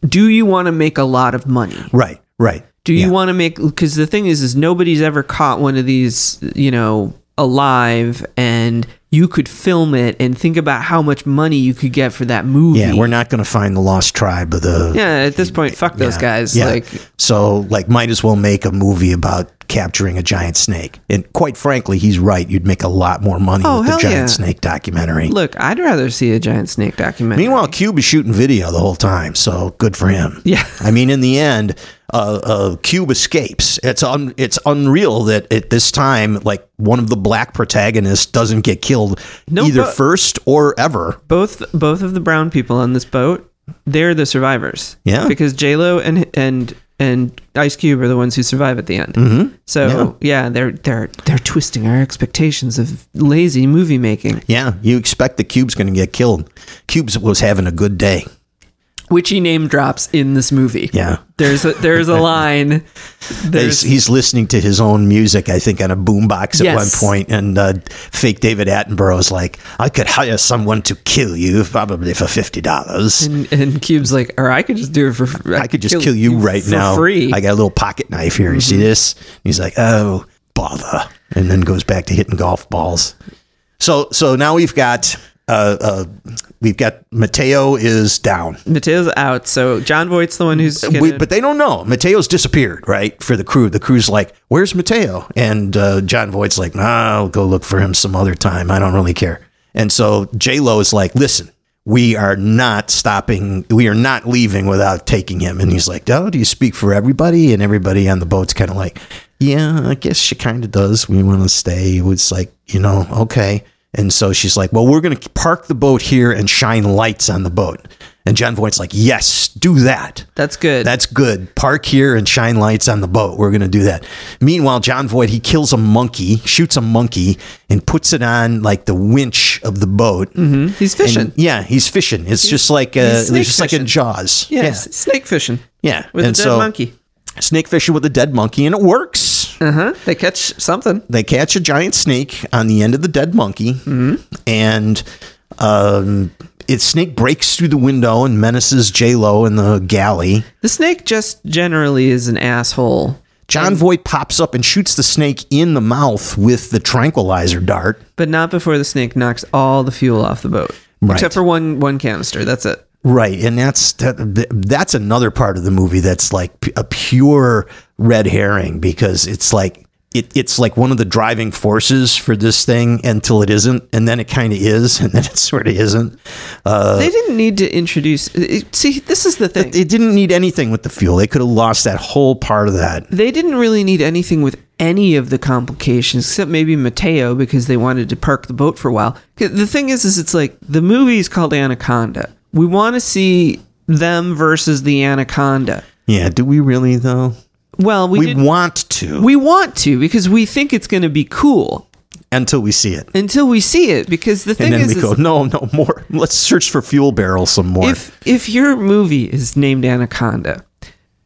do you want to make a lot of money? right, right. Do you Yeah. want to make? Because the thing is, is nobody's ever caught one of these, you know, alive, and you could film it and think about how much money you could get for that movie. Yeah, we're not going to find the lost tribe of the Yeah, at this point, fuck those guys. Yeah. Like, so, like, might as well make a movie about capturing a giant snake. And quite frankly, he's right. You'd make a lot more money Oh, with the hell giant yeah. snake documentary. look, I'd rather see a giant snake documentary. Meanwhile, Cube is shooting video the whole time, so good for him. Yeah. I mean, in the end, uh, uh, Cube escapes. It's un- it's unreal that at this time, like one of the black protagonists doesn't get killed No, either but- first or ever. both both of the brown people on this boat, they're the survivors. Yeah. because J Lo and and and Ice Cube are the ones who survive at the end. Mm-hmm. So yeah. they're they're they're twisting our expectations of lazy movie making, Yeah, you expect the Cube's going to get killed. Cube's was having a good day. which he name drops in this movie. Yeah. there's a, there's a line. He's, There's he's listening to his own music, I think, on a boombox at Yes. one point, and uh, fake David Attenborough is like, "I could hire someone to kill you, probably for fifty dollars. and, and Cube's like, or I could just do it for. I could just kill, you right for now. free. Mm-hmm. I got a little pocket knife here. You see this?" And he's like, "Oh, bother!" And then goes back to hitting golf balls. So, so now we've got, uh, uh, we've got Mateo is down. Mateo's out, so John Voight's the one who's. Gonna, We, Uh, but they don't know. Mateo's disappeared, right? For the crew, the crew's like, "Where's Mateo?" And uh, John Voight's like, nah, "I'll go look for him some other time. I don't really care." And so J Lo is like, "Listen, we are not stopping. We are not leaving without taking him." And he's like, "Oh, do you speak for everybody?" And everybody on the boat's kind of like, "Yeah, I guess she kind of does. We want to stay." It's like, you know, okay. And so she's like, "Well, we're going to park the boat here and shine lights on the boat." And John Voight's like, "Yes, do that." that's good. That's good. Park here and shine lights on the boat. We're going to do that. Meanwhile, John Voight, he kills a monkey, shoots a monkey, and puts it on like the winch of the boat. Mm-hmm. Hmm? he's fishing. yeah, he's fishing. It's just like uh, he's it's snake just like in fishing. Jaws. yeah, s- snake fishing. Yeah. with And a dead so- monkey. yeah, snake fishing with a dead monkey, and it works. Uh huh. They catch something. they catch a giant snake on the end of the dead monkey, Mm-hmm. and um, its snake breaks through the window and menaces J Lo in the galley. The snake just generally is an asshole, John Voight pops up and shoots the snake in the mouth with the tranquilizer dart. but not before the snake knocks all the fuel off the boat, Right. except for one one canister. That's it. Right, and that's that, that's another part of the movie that's like p- a pure red herring because it's like it, it's like one of the driving forces for this thing until it isn't, and then it kind of is, and then it sort of isn't. Uh, they didn't need to introduce. it- See, this is the thing. It didn't need anything with the fuel. They could have lost that whole part of that. they didn't really need anything with any of the complications except maybe Mateo because they wanted to park the boat for a while. 'Cause The thing is, is it's like the movie is called Anaconda. We want to see them versus the anaconda. Yeah, do we really though? Well, we We didn't- want to we want to because we think it's going to be cool until we see it. until we see it. Because the thing And then we is, is go, no, no more. Let's search for fuel barrels some more. if if your movie is named Anaconda,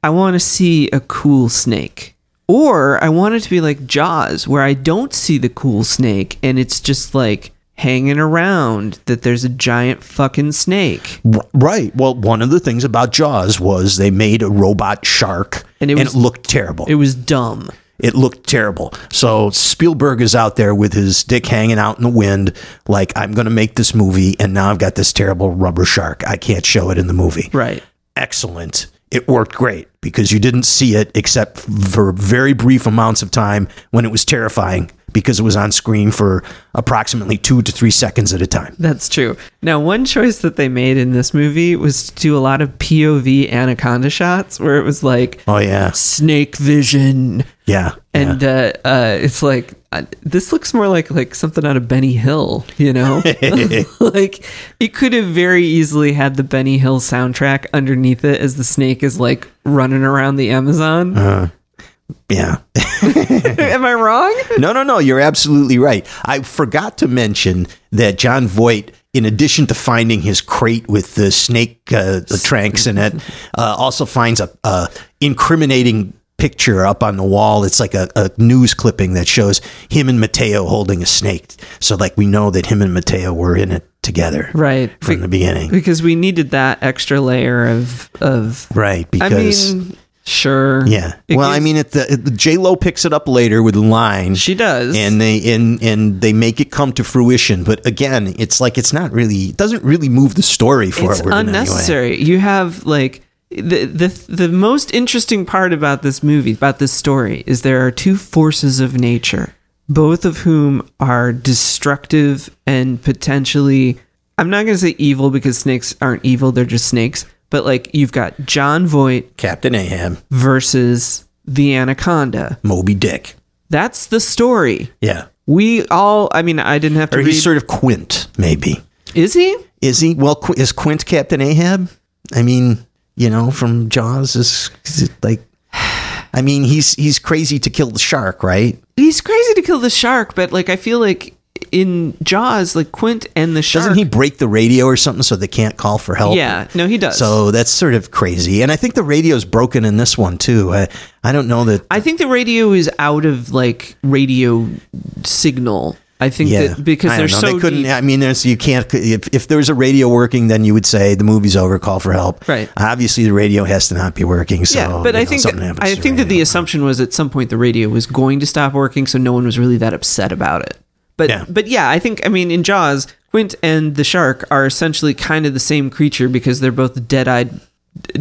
I want to see a cool snake Or I want it to be like Jaws, where I don't see the cool snake and it's just like hanging around that there's a giant fucking snake. W- Right. Well, one of the things about Jaws was they made a robot shark And and it it, was- looked terrible. It was dumb. It looked terrible. So Spielberg is out there with his dick hanging out in the wind, like, I'm going to make this movie, and now I've got this terrible rubber shark. I can't show it in the movie. Right. Excellent. It worked great because you didn't see it except for very brief amounts of time when it was terrifying because it was on screen for approximately two to three seconds at a time. That's true. Now, one choice that they made in this movie was to do a lot of POV anaconda shots where it was like Oh, yeah. snake vision. Yeah. And uh, uh, it's like, uh, this looks more like, like something out of Benny Hill, you know? like, it could have very easily had the Benny Hill soundtrack underneath it as the snake is like running around the Amazon. Uh-huh. yeah. Am I wrong? No, no, no. You're absolutely right. I forgot to mention that John Voight, in addition to finding his crate with the snake uh, the tranks in it, uh, also finds a, a incriminating picture up on the wall. It's like a, a news clipping that shows him and Mateo holding a snake. So, like, we know that him and Mateo were in it together Right. from the beginning. because we needed that extra layer of, of Right. I Because. mean, sure. yeah. It Well, I gives- mean, at the, at the J Lo picks it up later with a line. she does. and they and and they make it come to fruition but again it's like it's not really it doesn't really move the story forward it's in any way. unnecessary. You have like the the the most interesting part about this movie, about this story, is there are two forces of nature, both of whom are destructive and potentially. I'm not going to say evil because snakes aren't evil; they're just snakes. But like you've got John Voight captain ahab versus the anaconda. moby dick That's the story. yeah We all. I mean, I didn't have to or read. he's sort of quint maybe is he? is he well Qu- is quint captain ahab i mean you know from jaws is, is it like i mean he's he's crazy to kill the shark right He's crazy to kill the shark, but like I feel like in Jaws, like Quint and the shark. doesn't he break the radio or something so they can't call for help Yeah, no, he does. so that's sort of crazy and i think the radio's broken in this one too i, I don't know that I think the radio is out of like radio signal. I think that because I they're don't know. so they couldn't. deep. I mean, there's you can't. If, if there was a radio working, then you would say the movie's over. Call for help. Right. Obviously, the radio has to not be working. So yeah, but you I know, think something that, happens I to think that the radio. assumption was at some point the radio was going to stop working, so no one was really that upset about it. But Yeah. but yeah, I think I mean in Jaws, Quint and the shark are essentially kind of the same creature because they're both dead-eyed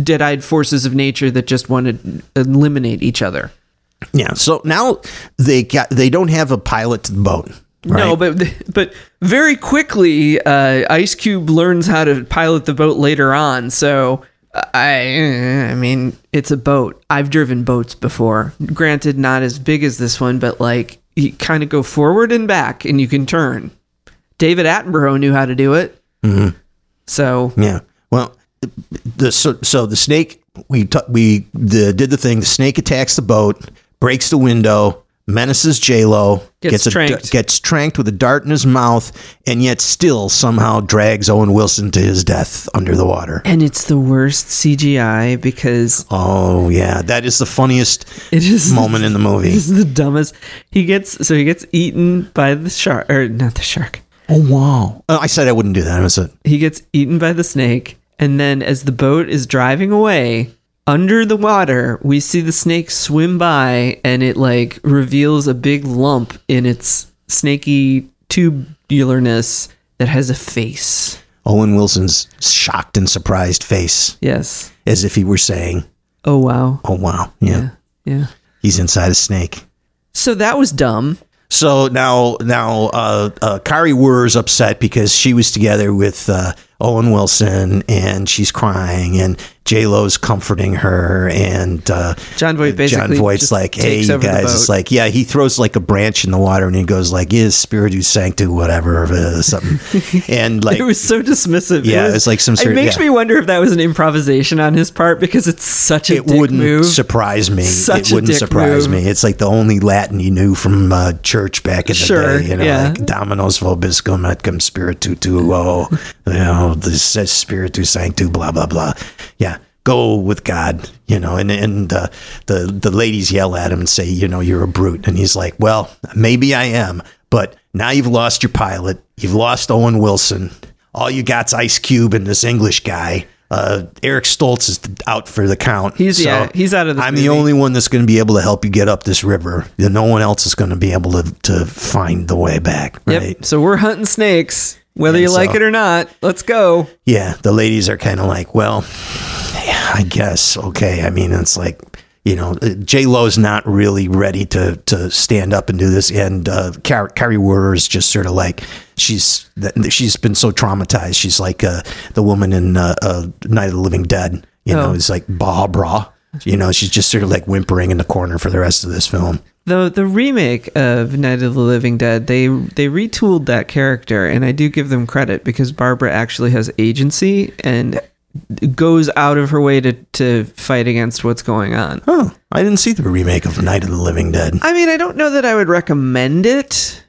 dead-eyed forces of nature that just want to eliminate each other. yeah. So now they got they don't have a pilot to the boat. Right? No, but but very quickly, uh, Ice Cube learns how to pilot the boat later on. So I, I mean, it's a boat. I've driven boats before. Granted, not as big as this one, but like you kind of go forward and back, and you can turn. David Attenborough knew how to do it. Mm-hmm. So Yeah. Well, the so, so the snake we t- we the, did the thing. The snake attacks the boat, breaks the window, menaces J Lo, Gets a d- tranked. gets tranked with a dart in his mouth, and yet still somehow drags Owen Wilson to his death under the water. and it's the worst CGI because Oh yeah, that is the funniest it is moment in the movie. This is the dumbest. He gets so he gets eaten by the shark or not the shark. Oh wow! I said I wouldn't do that. I said, he gets eaten by the snake and then as the boat is driving away under the water we see the snake swim by and it like reveals a big lump in its snaky tubularness that has a face Owen Wilson's shocked and surprised face, yes as if he were saying, oh wow "Oh wow, yeah, yeah he's inside a snake." so that was dumb So now, now, uh, uh, Kari Wer's upset because she was together with uh, Owen Wilson, and she's crying, and J Lo's comforting her, and uh, John Voight John basically Voight's just like, "Hey, takes you over the guys!" boat. It's like, yeah, he throws like a branch in the water, and he goes like, "Is spiritu sanctu, whatever, uh, something," and like it was so dismissive Yeah, it was, it's like some sort- it makes yeah. me wonder if that was an improvisation on his part because it's such a it dick wouldn't move surprise me. Such it a wouldn't dick surprise move. me. It's like the only Latin you knew from uh, church back in the Sure, day. You know, yeah. like Dominos vobiscum et cum spiritu tuo. You know, the says spiritu sanctu. Blah blah blah. Yeah. go with God, you know, and and uh, the the ladies yell at him and say, you know, you're a brute, and he's like, well, maybe I am, but now you've lost your pilot, you've lost Owen Wilson, all you got's Ice Cube and this English guy. Uh, Eric Stoltz is out for the count. He's- yeah, he's out of this I'm the movie. only one that's going to be able to help you get up this river. No one else is going to be able to to find the way back. Yep. Right? So we're hunting snakes, whether And you like so- it or not. Let's go. yeah, the ladies are kind of like, well, yeah, I guess okay. I mean, it's like you know, J Lo's not really ready to to stand up and do this, and uh, Car- Carrie Werder is just sort of like she's that- she's been so traumatized. She's like uh, the woman in uh, uh, Night of the Living Dead. You Oh. know, it's like Barbara. You know, she's just sort of like whimpering in the corner for the rest of this film. The the remake of Night of the Living Dead, they they retooled that character and I do give them credit because Barbara actually has agency and goes out of her way to, to fight against what's going on. Oh, I didn't see the remake of Night of the Living Dead. I mean, I don't know that I would recommend it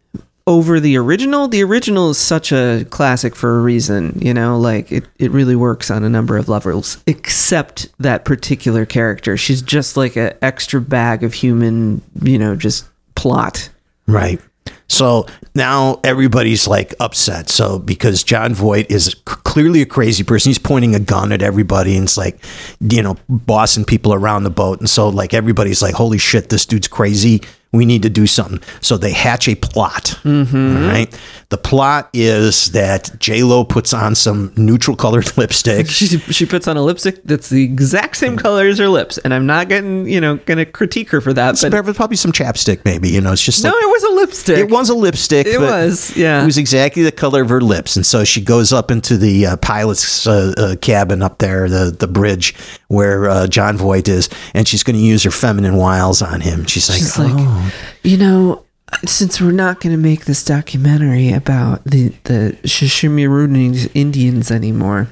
over the original. The original is such a classic for a reason, you know, like it, it really works on a number of levels, except that particular character. She's just like an extra bag of human, you know, just plot. Right. So now everybody's like upset. So because John Voight is c- clearly a crazy person, he's pointing a gun at everybody and it's like, you know, bossing people around the boat. And so like everybody's like, holy shit, this dude's crazy. We need to do something. So they hatch a plot. All right. The plot is that J Lo puts on some neutral colored lipstick. She, she puts on a lipstick that's the exact same color as her lips, and I'm not getting, you know, gonna critique her for that, but Probably some chapstick, maybe. You know, it's just no, like, it was a lipstick. It was a lipstick. It but was, yeah. It was exactly the color of her lips, and so she goes up into the uh, pilot's uh, uh, cabin up there, the the bridge where uh, John Voight is, and she's going to use her feminine wiles on him. She's like, It's like, "Oh, you know, since we're not going to make this documentary about the the Shishimiruning Indians anymore,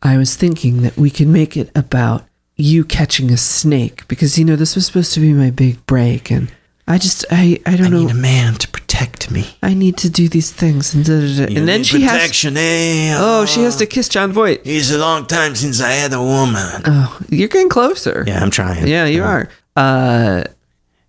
I was thinking that we could make it about you catching a snake because you know this was supposed to be my big break, and I just I I don't I know. need a man to protect me. I need to do these things, and da, da, da. You and then need she has. protection, eh? Oh, she has to kiss John Voight. It's a long time since I had a woman. Oh, you're getting closer. Yeah, I'm trying. yeah, you are. Uh,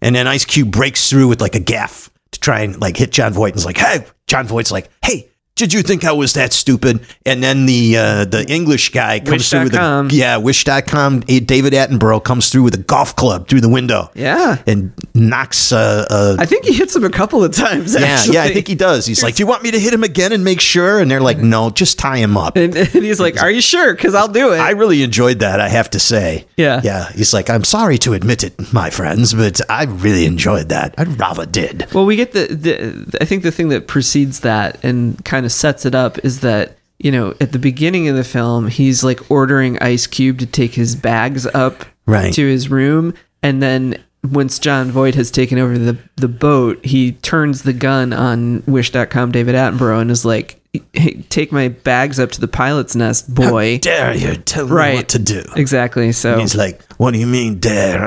And then Ice Cube breaks through with like a gaff to try and like hit John Voight and is like, hey, John Voight's like, hey, did you think I was that stupid? And then the uh, the English guy comes through with a Wish.com. yeah, wish.com. David Attenborough comes through with a golf club through the window. Yeah. And knocks uh, uh I think he hits him a couple of times. yeah, Actually. yeah, I think he does. He's like, "Do you want me to hit him again and make sure?" And they're like, "No, just tie him up." And, and he's like, "Are you sure? Because I'll do it." I really enjoyed that, I have to say. Yeah. Yeah. He's like, "I'm sorry to admit it, my friends, but I really enjoyed that. I rather did." Well, we get the, the I think the thing that precedes that and kind of sets it up is that you know at the beginning of the film he's like ordering Ice Cube to take his bags up Right. to his room, and then once John Voight has taken over the the boat, he turns the gun on Wish.com David Attenborough and is like, "Hey, take my bags up to the pilot's nest, boy." dare you tell me Right. what to do? Exactly. So. And Oh, he's like, what do you mean dare?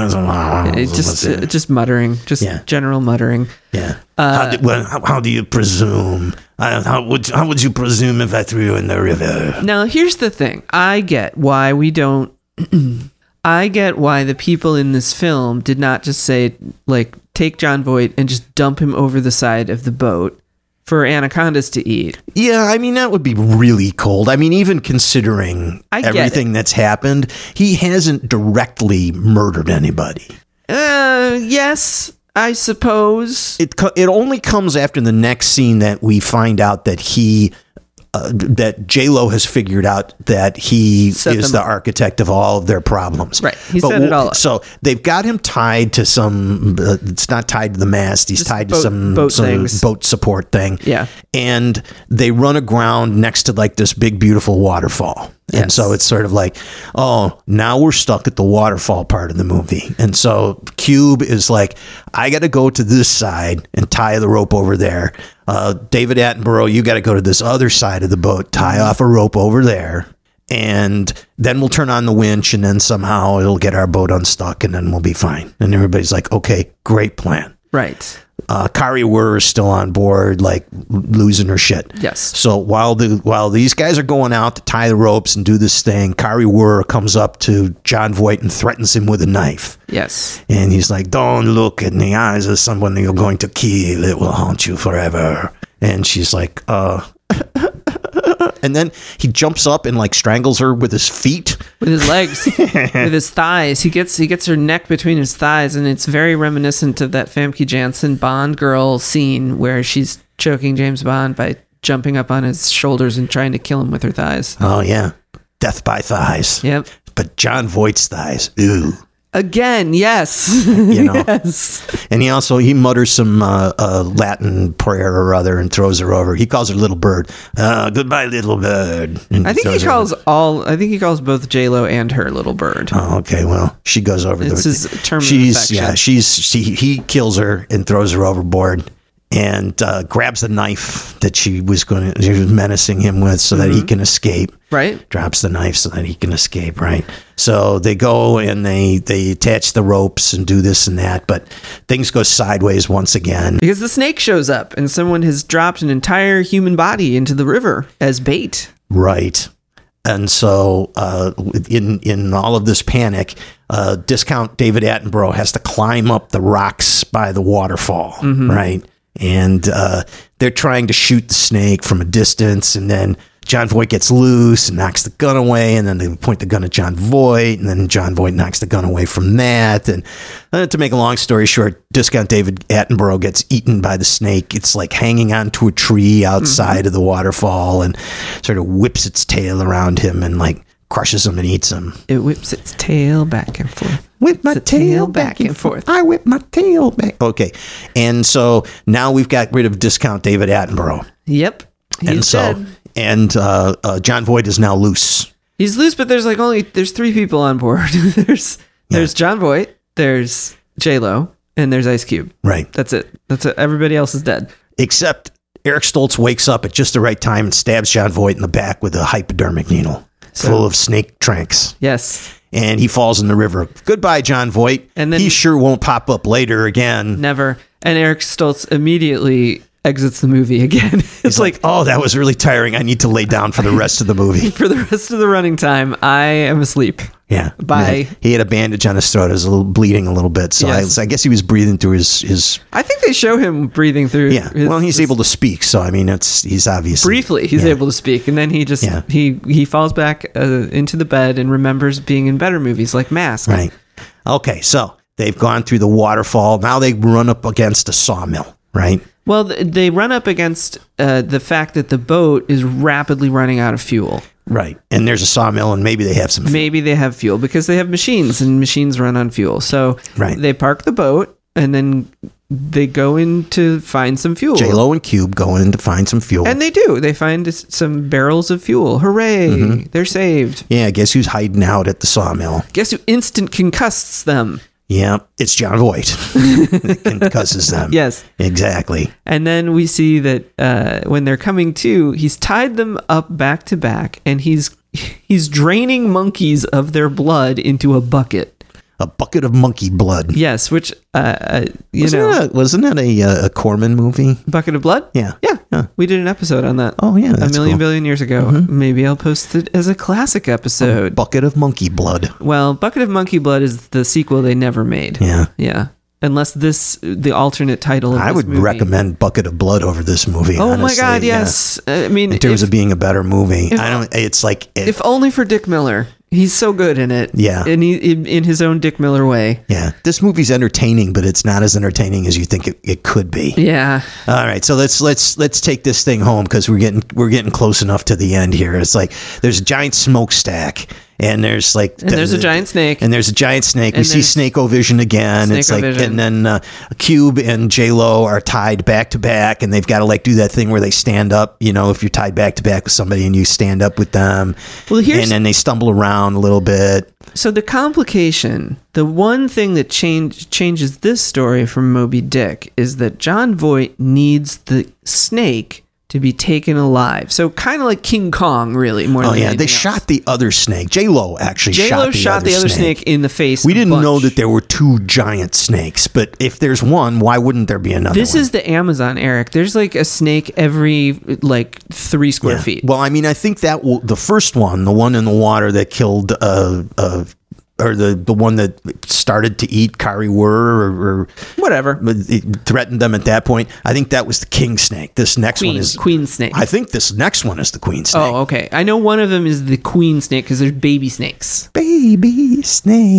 it just, uh, it just muttering, just Yeah. general muttering. yeah. how, uh, do, well, how, how do you presume? Uh, how would how would you presume if I threw you in the river? Now, here's the thing. I get why we don't. I get why the people in this film did not just say, like, take John Voight and just dump him over the side of the boat for anacondas to eat. Yeah, I mean that would be really cold. I mean, even considering I get everything that's happened, he hasn't directly murdered anybody. Uh, yes, I suppose. it co- it only comes after the next scene that we find out that he uh, that J Lo has figured out that he Set is them the up. architect of all of their problems. Right. He set it all up. So they've got him tied to some. Uh, it's not tied to the mast. He's tied boat- to some boat some things. boat support thing. Yeah. And they run aground next to like this big beautiful waterfall. And Yes. so it's sort of like, oh, now we're stuck at the waterfall part of the movie. And so Cube is like, I got to go to this side and tie the rope over there. Uh, David Attenborough, you got to go to this other side of the boat, tie off a rope over there. And then we'll turn on the winch and then somehow it'll get our boat unstuck and then we'll be fine. And everybody's like, okay, great plan. Right. Uh, Kari Wurr is still on board, like l- losing her shit. Yes. So while the while these guys are going out to tie the ropes and do this thing, Kari Wurr comes up to John Voight and threatens him with a knife. Yes. And he's like, Don't look in the eyes of someone you're going to kill. It will haunt you forever. And she's like, Uh. and then he jumps up and like strangles her with his feet. With his legs, with his thighs, he gets he gets her neck between his thighs, and it's very reminiscent of that Famke Janssen Bond girl scene where she's choking James Bond by jumping up on his shoulders and trying to kill him with her thighs. Oh, yeah. Death by thighs. Yep. But John Voight's thighs. Ew. Again, yes. You know? yes. And he also he mutters some uh, uh, Latin prayer or other and throws her over. He calls her little bird. Uh, goodbye, little bird. And I think throws he her calls all I think he calls both J Lo and her little bird. Oh, okay. Well, she goes over. It's the, his term of She's affection. yeah. She's she. He kills her and throws her overboard, and uh, grabs the knife that she was going. to She was menacing him with so that he Mm-hmm. can escape. Right? Drops the knife so that he can escape. Right. So they go and they they attach the ropes and do this and that, but things go sideways once again. Because the snake shows up and someone has dropped an entire human body into the river as bait. Right. And so, uh, in in all of this panic, uh, discount David Attenborough has to climb up the rocks by the waterfall, right? And uh, they're trying to shoot the snake from a distance, and then John Voight gets loose and knocks the gun away, and then they point the gun at John Voight, and then John Voight knocks the gun away from that. And uh, to make a long story short, discount David Attenborough gets eaten by the snake. It's like hanging onto a tree outside of the waterfall, and sort of whips its tail around him and like crushes him and eats him. It whips its tail back and forth. Whip my The tail, back and forth. I whip my tail back. Okay. And so now we've got rid of discount David Attenborough. Yep. He's and so, dead. and uh, uh, John Voight is now loose. He's loose, but there's like only there's three people on board. there's there's John Voight, there's J Lo, and there's Ice Cube. Right. That's it. That's it. Everybody else is dead. Except Eric Stoltz wakes up at just the right time and stabs John Voight in the back with a hypodermic needle full of snake tranks. Yes. And he falls in the river. Goodbye, John Voight. And then- he sure won't pop up later again. Never. And Eric Stoltz immediately exits the movie again. it's It's like, oh, that was really tiring. I need to lay down for the rest of the movie. for the rest of the running time, I am asleep. Yeah. By- He had a bandage on his throat. It was a little bleeding a little bit. So Yes. I, I guess he was breathing through his, his I think they show him breathing through. yeah. his- well, he's his- able to speak. So, I mean, it's, he's obviously. briefly he's yeah. able to speak, and then he just Yeah. he he falls back uh, into the bed and remembers being in better movies like Mask. Right. Okay. So they've gone through the waterfall. Now they run up against a sawmill, right? Well, th- they run up against uh, the fact that the boat is rapidly running out of fuel. Right. And there's a sawmill, and maybe they have some. Maybe they have fuel because they have machines, and machines run on fuel. So Right. they park the boat, and then they go in to find some fuel. J Lo and Cube going in to find some fuel. And they do. They find s- some barrels of fuel. Hooray! They're saved. yeah, guess who's hiding out at the sawmill? Guess who instant concusses them? Yeah, it's John Voight. that cusses them. Yes. Exactly. And then we see that uh, when they're coming to, he's tied them up back to back, and he's he's draining monkeys of their blood into a bucket. A bucket of monkey blood. Yes, which uh, uh, you Wasn't, know, that a, wasn't that a, uh, a Corman movie? bucket of blood. Yeah. yeah, Yeah. We did an episode on that. Oh, yeah, a that's cool. million Mm-hmm. billion years ago. Maybe I'll post it as a classic episode. Bucket of monkey blood. well, bucket of monkey blood is the sequel they never made. Yeah. yeah. Unless this the alternate title. Of I Oh, this would movie- recommend Bucket of Blood over this movie. Oh honestly, my god! yeah. Yes, Uh, I mean, In terms if- of being a better movie, I don't. It's like it, if only for Dick Miller. He's so good in it. Yeah. and he in, in his own Dick Miller way. yeah, this movie's entertaining, but it's not as entertaining as you think it, it could be. Yeah, All right, so let's let's let's take this thing home because we're getting we're getting close enough to the end here. It's like there's a giant smokestack, and there's like and there's a giant snake. and there's a giant snake. we And see there's- Snake Vision again. It's like and Snake-O-Vision. then uh, Cube and J Lo are tied back to back, and they've got to like do that thing where they stand up. You know, if you're tied back to back with somebody and you stand up with them, Well, here's- and then they stumble around a little bit. so the complication, the one thing that change, changes this story from Moby Dick is that John Voight needs the snake to be taken alive. So kind of like King Kong, really. More Oh than yeah, anything they else. shot the other snake. J Lo actually J-Lo shot the shot other the other snake. in the face. We a didn't know bunch. that there were two giant snakes, but if there's one, why wouldn't there be another? This one? is the Amazon, Eric. There's like a snake every like three square Yeah. feet. Well, I mean, I think that w- the first one, the one in the water that killed, uh, uh, or the the one that started to eat Kari Wur or, or Whatever. it threatened them at that point. I think that was the king snake. This next Queen, one is. queen snake. I think this next one is the queen snake. oh, okay. I know one of them is the queen snake because there's baby snakes. Baby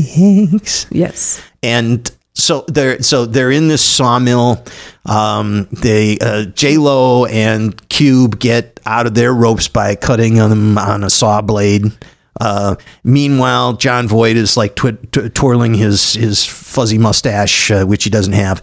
snakes. Yes. and so they're so they're in this sawmill. Um, they uh, J Lo and Cube get out of their ropes by cutting them on a saw blade. Uh, meanwhile, John Voight is like twi- tw- twirling his his fuzzy mustache, uh, which he doesn't have,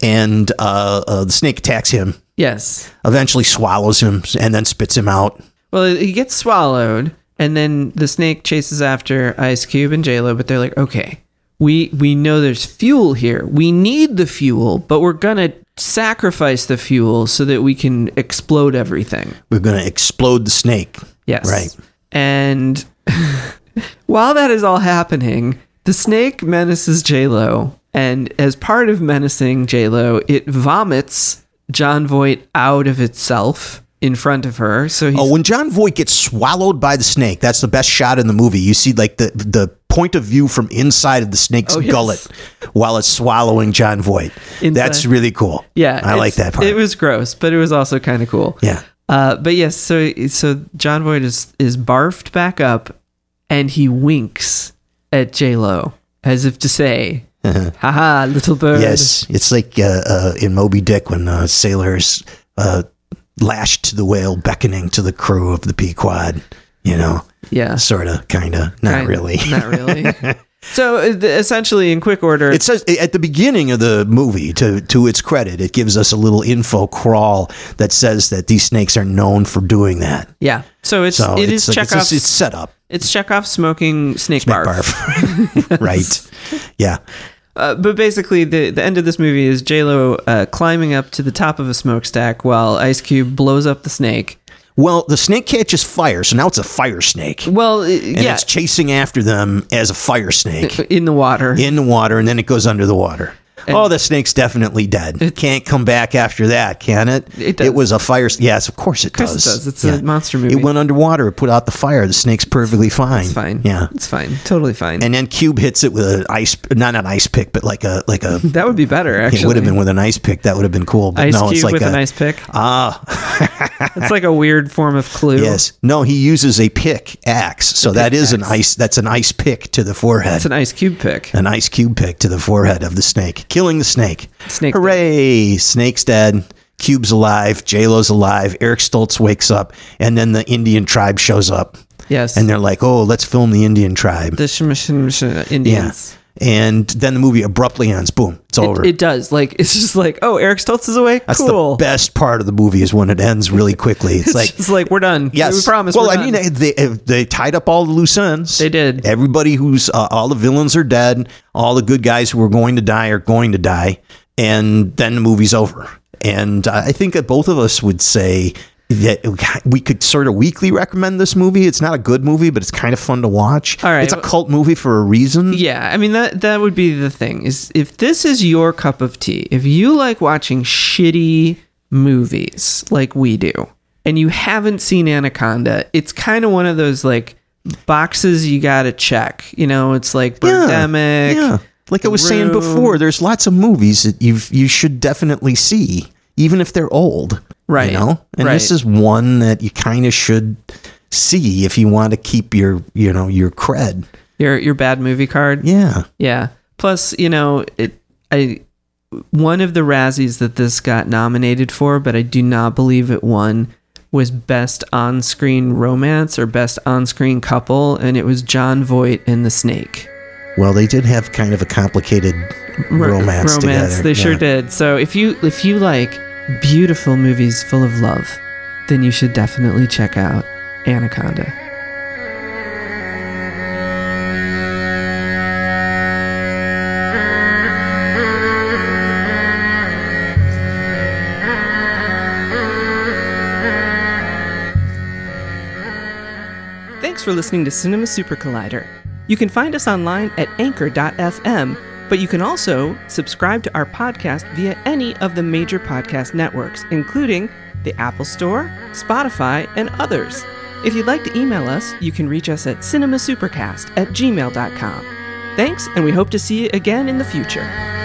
and uh, uh, the snake attacks him. Yes. Eventually, swallows him and then spits him out. Well, he gets swallowed, and then the snake chases after Ice Cube and J Lo. But they're like, okay, we we know there's fuel here. We need the fuel, but we're gonna sacrifice the fuel so that we can explode everything. We're going to explode the snake. Yes. Right. And while that is all happening, the snake menaces J-Lo. And as part of menacing J-Lo, it vomits John Voight out of itself in front of her. So he's, Oh, when John Voight gets swallowed by the snake, that's the best shot in the movie. You see, like the the point of view from inside of the snake's Oh, yes. gullet while it's swallowing John Voight. That's Inside. really cool. yeah. I like it's- that part. It was gross, but it was also kind of cool. yeah, Uh, but yes, so so John Voight is is barfed back up, and he winks at J Lo as if to say, "Haha, little bird." yes, it's like uh, uh, in Moby Dick when uh, sailors uh, lashed to the whale, beckoning to the crew of the Pequod. You know, Yeah. sort of, kind of, not Kind- really. Not really. so uh, th- essentially, in quick order, It says at the beginning of the movie, to to its credit, it gives us a little info crawl that says that these snakes are known for doing that. yeah. So it's So it it's is like- it's, Chekhov's it's set up. it's Chekhov smoking snake, barf. Barf. right. Yeah. Uh, but basically, the the end of this movie is J Lo uh, climbing up to the top of a smokestack while Ice Cube blows up the snake. Well, the snake catches fire, so now it's a fire snake. And Well, uh, i- yeah, it's chasing after them as a fire snake in the water. in the water, and then it goes under the water. oh, the snake's definitely dead. It can't come back after that, can it? It does. was a fire. s- Yes, of course it course it does. does. It's a monster movie. It went underwater. It put out the fire. The snake's perfectly fine. It's fine. Yeah. it's fine. Totally fine. And then Cube hits it with an ice, not an ice pick, but like a like a. that would be better. Actually, it would have been with an ice pick. That would have been cool. But Ice no, Cube it's like with a, Ah. an ice pick. Ah, it's like a weird form of clue. Yes. No, he uses a pick axe. So that is an ice that's an ice pick to the forehead. it's an Ice Cube pick. An ice cube pick to the forehead of the snake, killing the snake. Snake dead. Hooray! Snake's dead. Cube's alive. J-Lo's alive. Eric Stoltz wakes up, and then the Indian tribe shows up, Yes, and they're like, "Oh, let's film the Indian tribe." the shim- shim- shim- yeah. Indians. And then the movie abruptly ends. Boom. It's over. It, it does. Like it's just like, oh, Eric Stoltz is away. that's cool. the best part of the movie is when it ends really quickly. It's like it's like we're done. Yes, we promise. Well, we're I done. mean, they, they they tied up all the loose ends. They did. Everybody who's uh, all the villains are dead. All the good guys who were going to die are going to die, and then the movie's over. And I think that both of us would say that we could sort of weekly recommend this movie. It's not a good movie, but it's kind of fun to watch. All right. it's a cult movie for a reason. yeah. I mean that that would be the thing is if this is your cup of tea, if you like watching shitty movies like we do, and you haven't seen Anaconda, it's kind of one of those like boxes you got to check. You know, it's like Birdemic. Yeah. Like I was saying Room. before, there's lots of movies that you you should definitely see, even if they're old. Right. You know? And this Right. is one that you kind of should see if you want to keep your, you know, your cred. Your your bad movie card. Yeah. Yeah. Plus, you know, it I one of the Razzies that this got nominated for, but I do not believe it won, was best on-screen romance or best on-screen couple, and it was John Voight and the Snake. Well, they did have kind of a complicated Ro- romance, together. They Yeah. sure did. So if you if you like beautiful movies full of love, then you should definitely check out Anaconda. Thanks for listening to Cinema Super Collider. You can find us online at anchor.fm, but you can also subscribe to our podcast via any of the major podcast networks, including the Apple Store, Spotify, and others. If you'd like to email us, you can reach us at cinemasupercast at gmail.com. Thanks, and we hope to see you again in the future.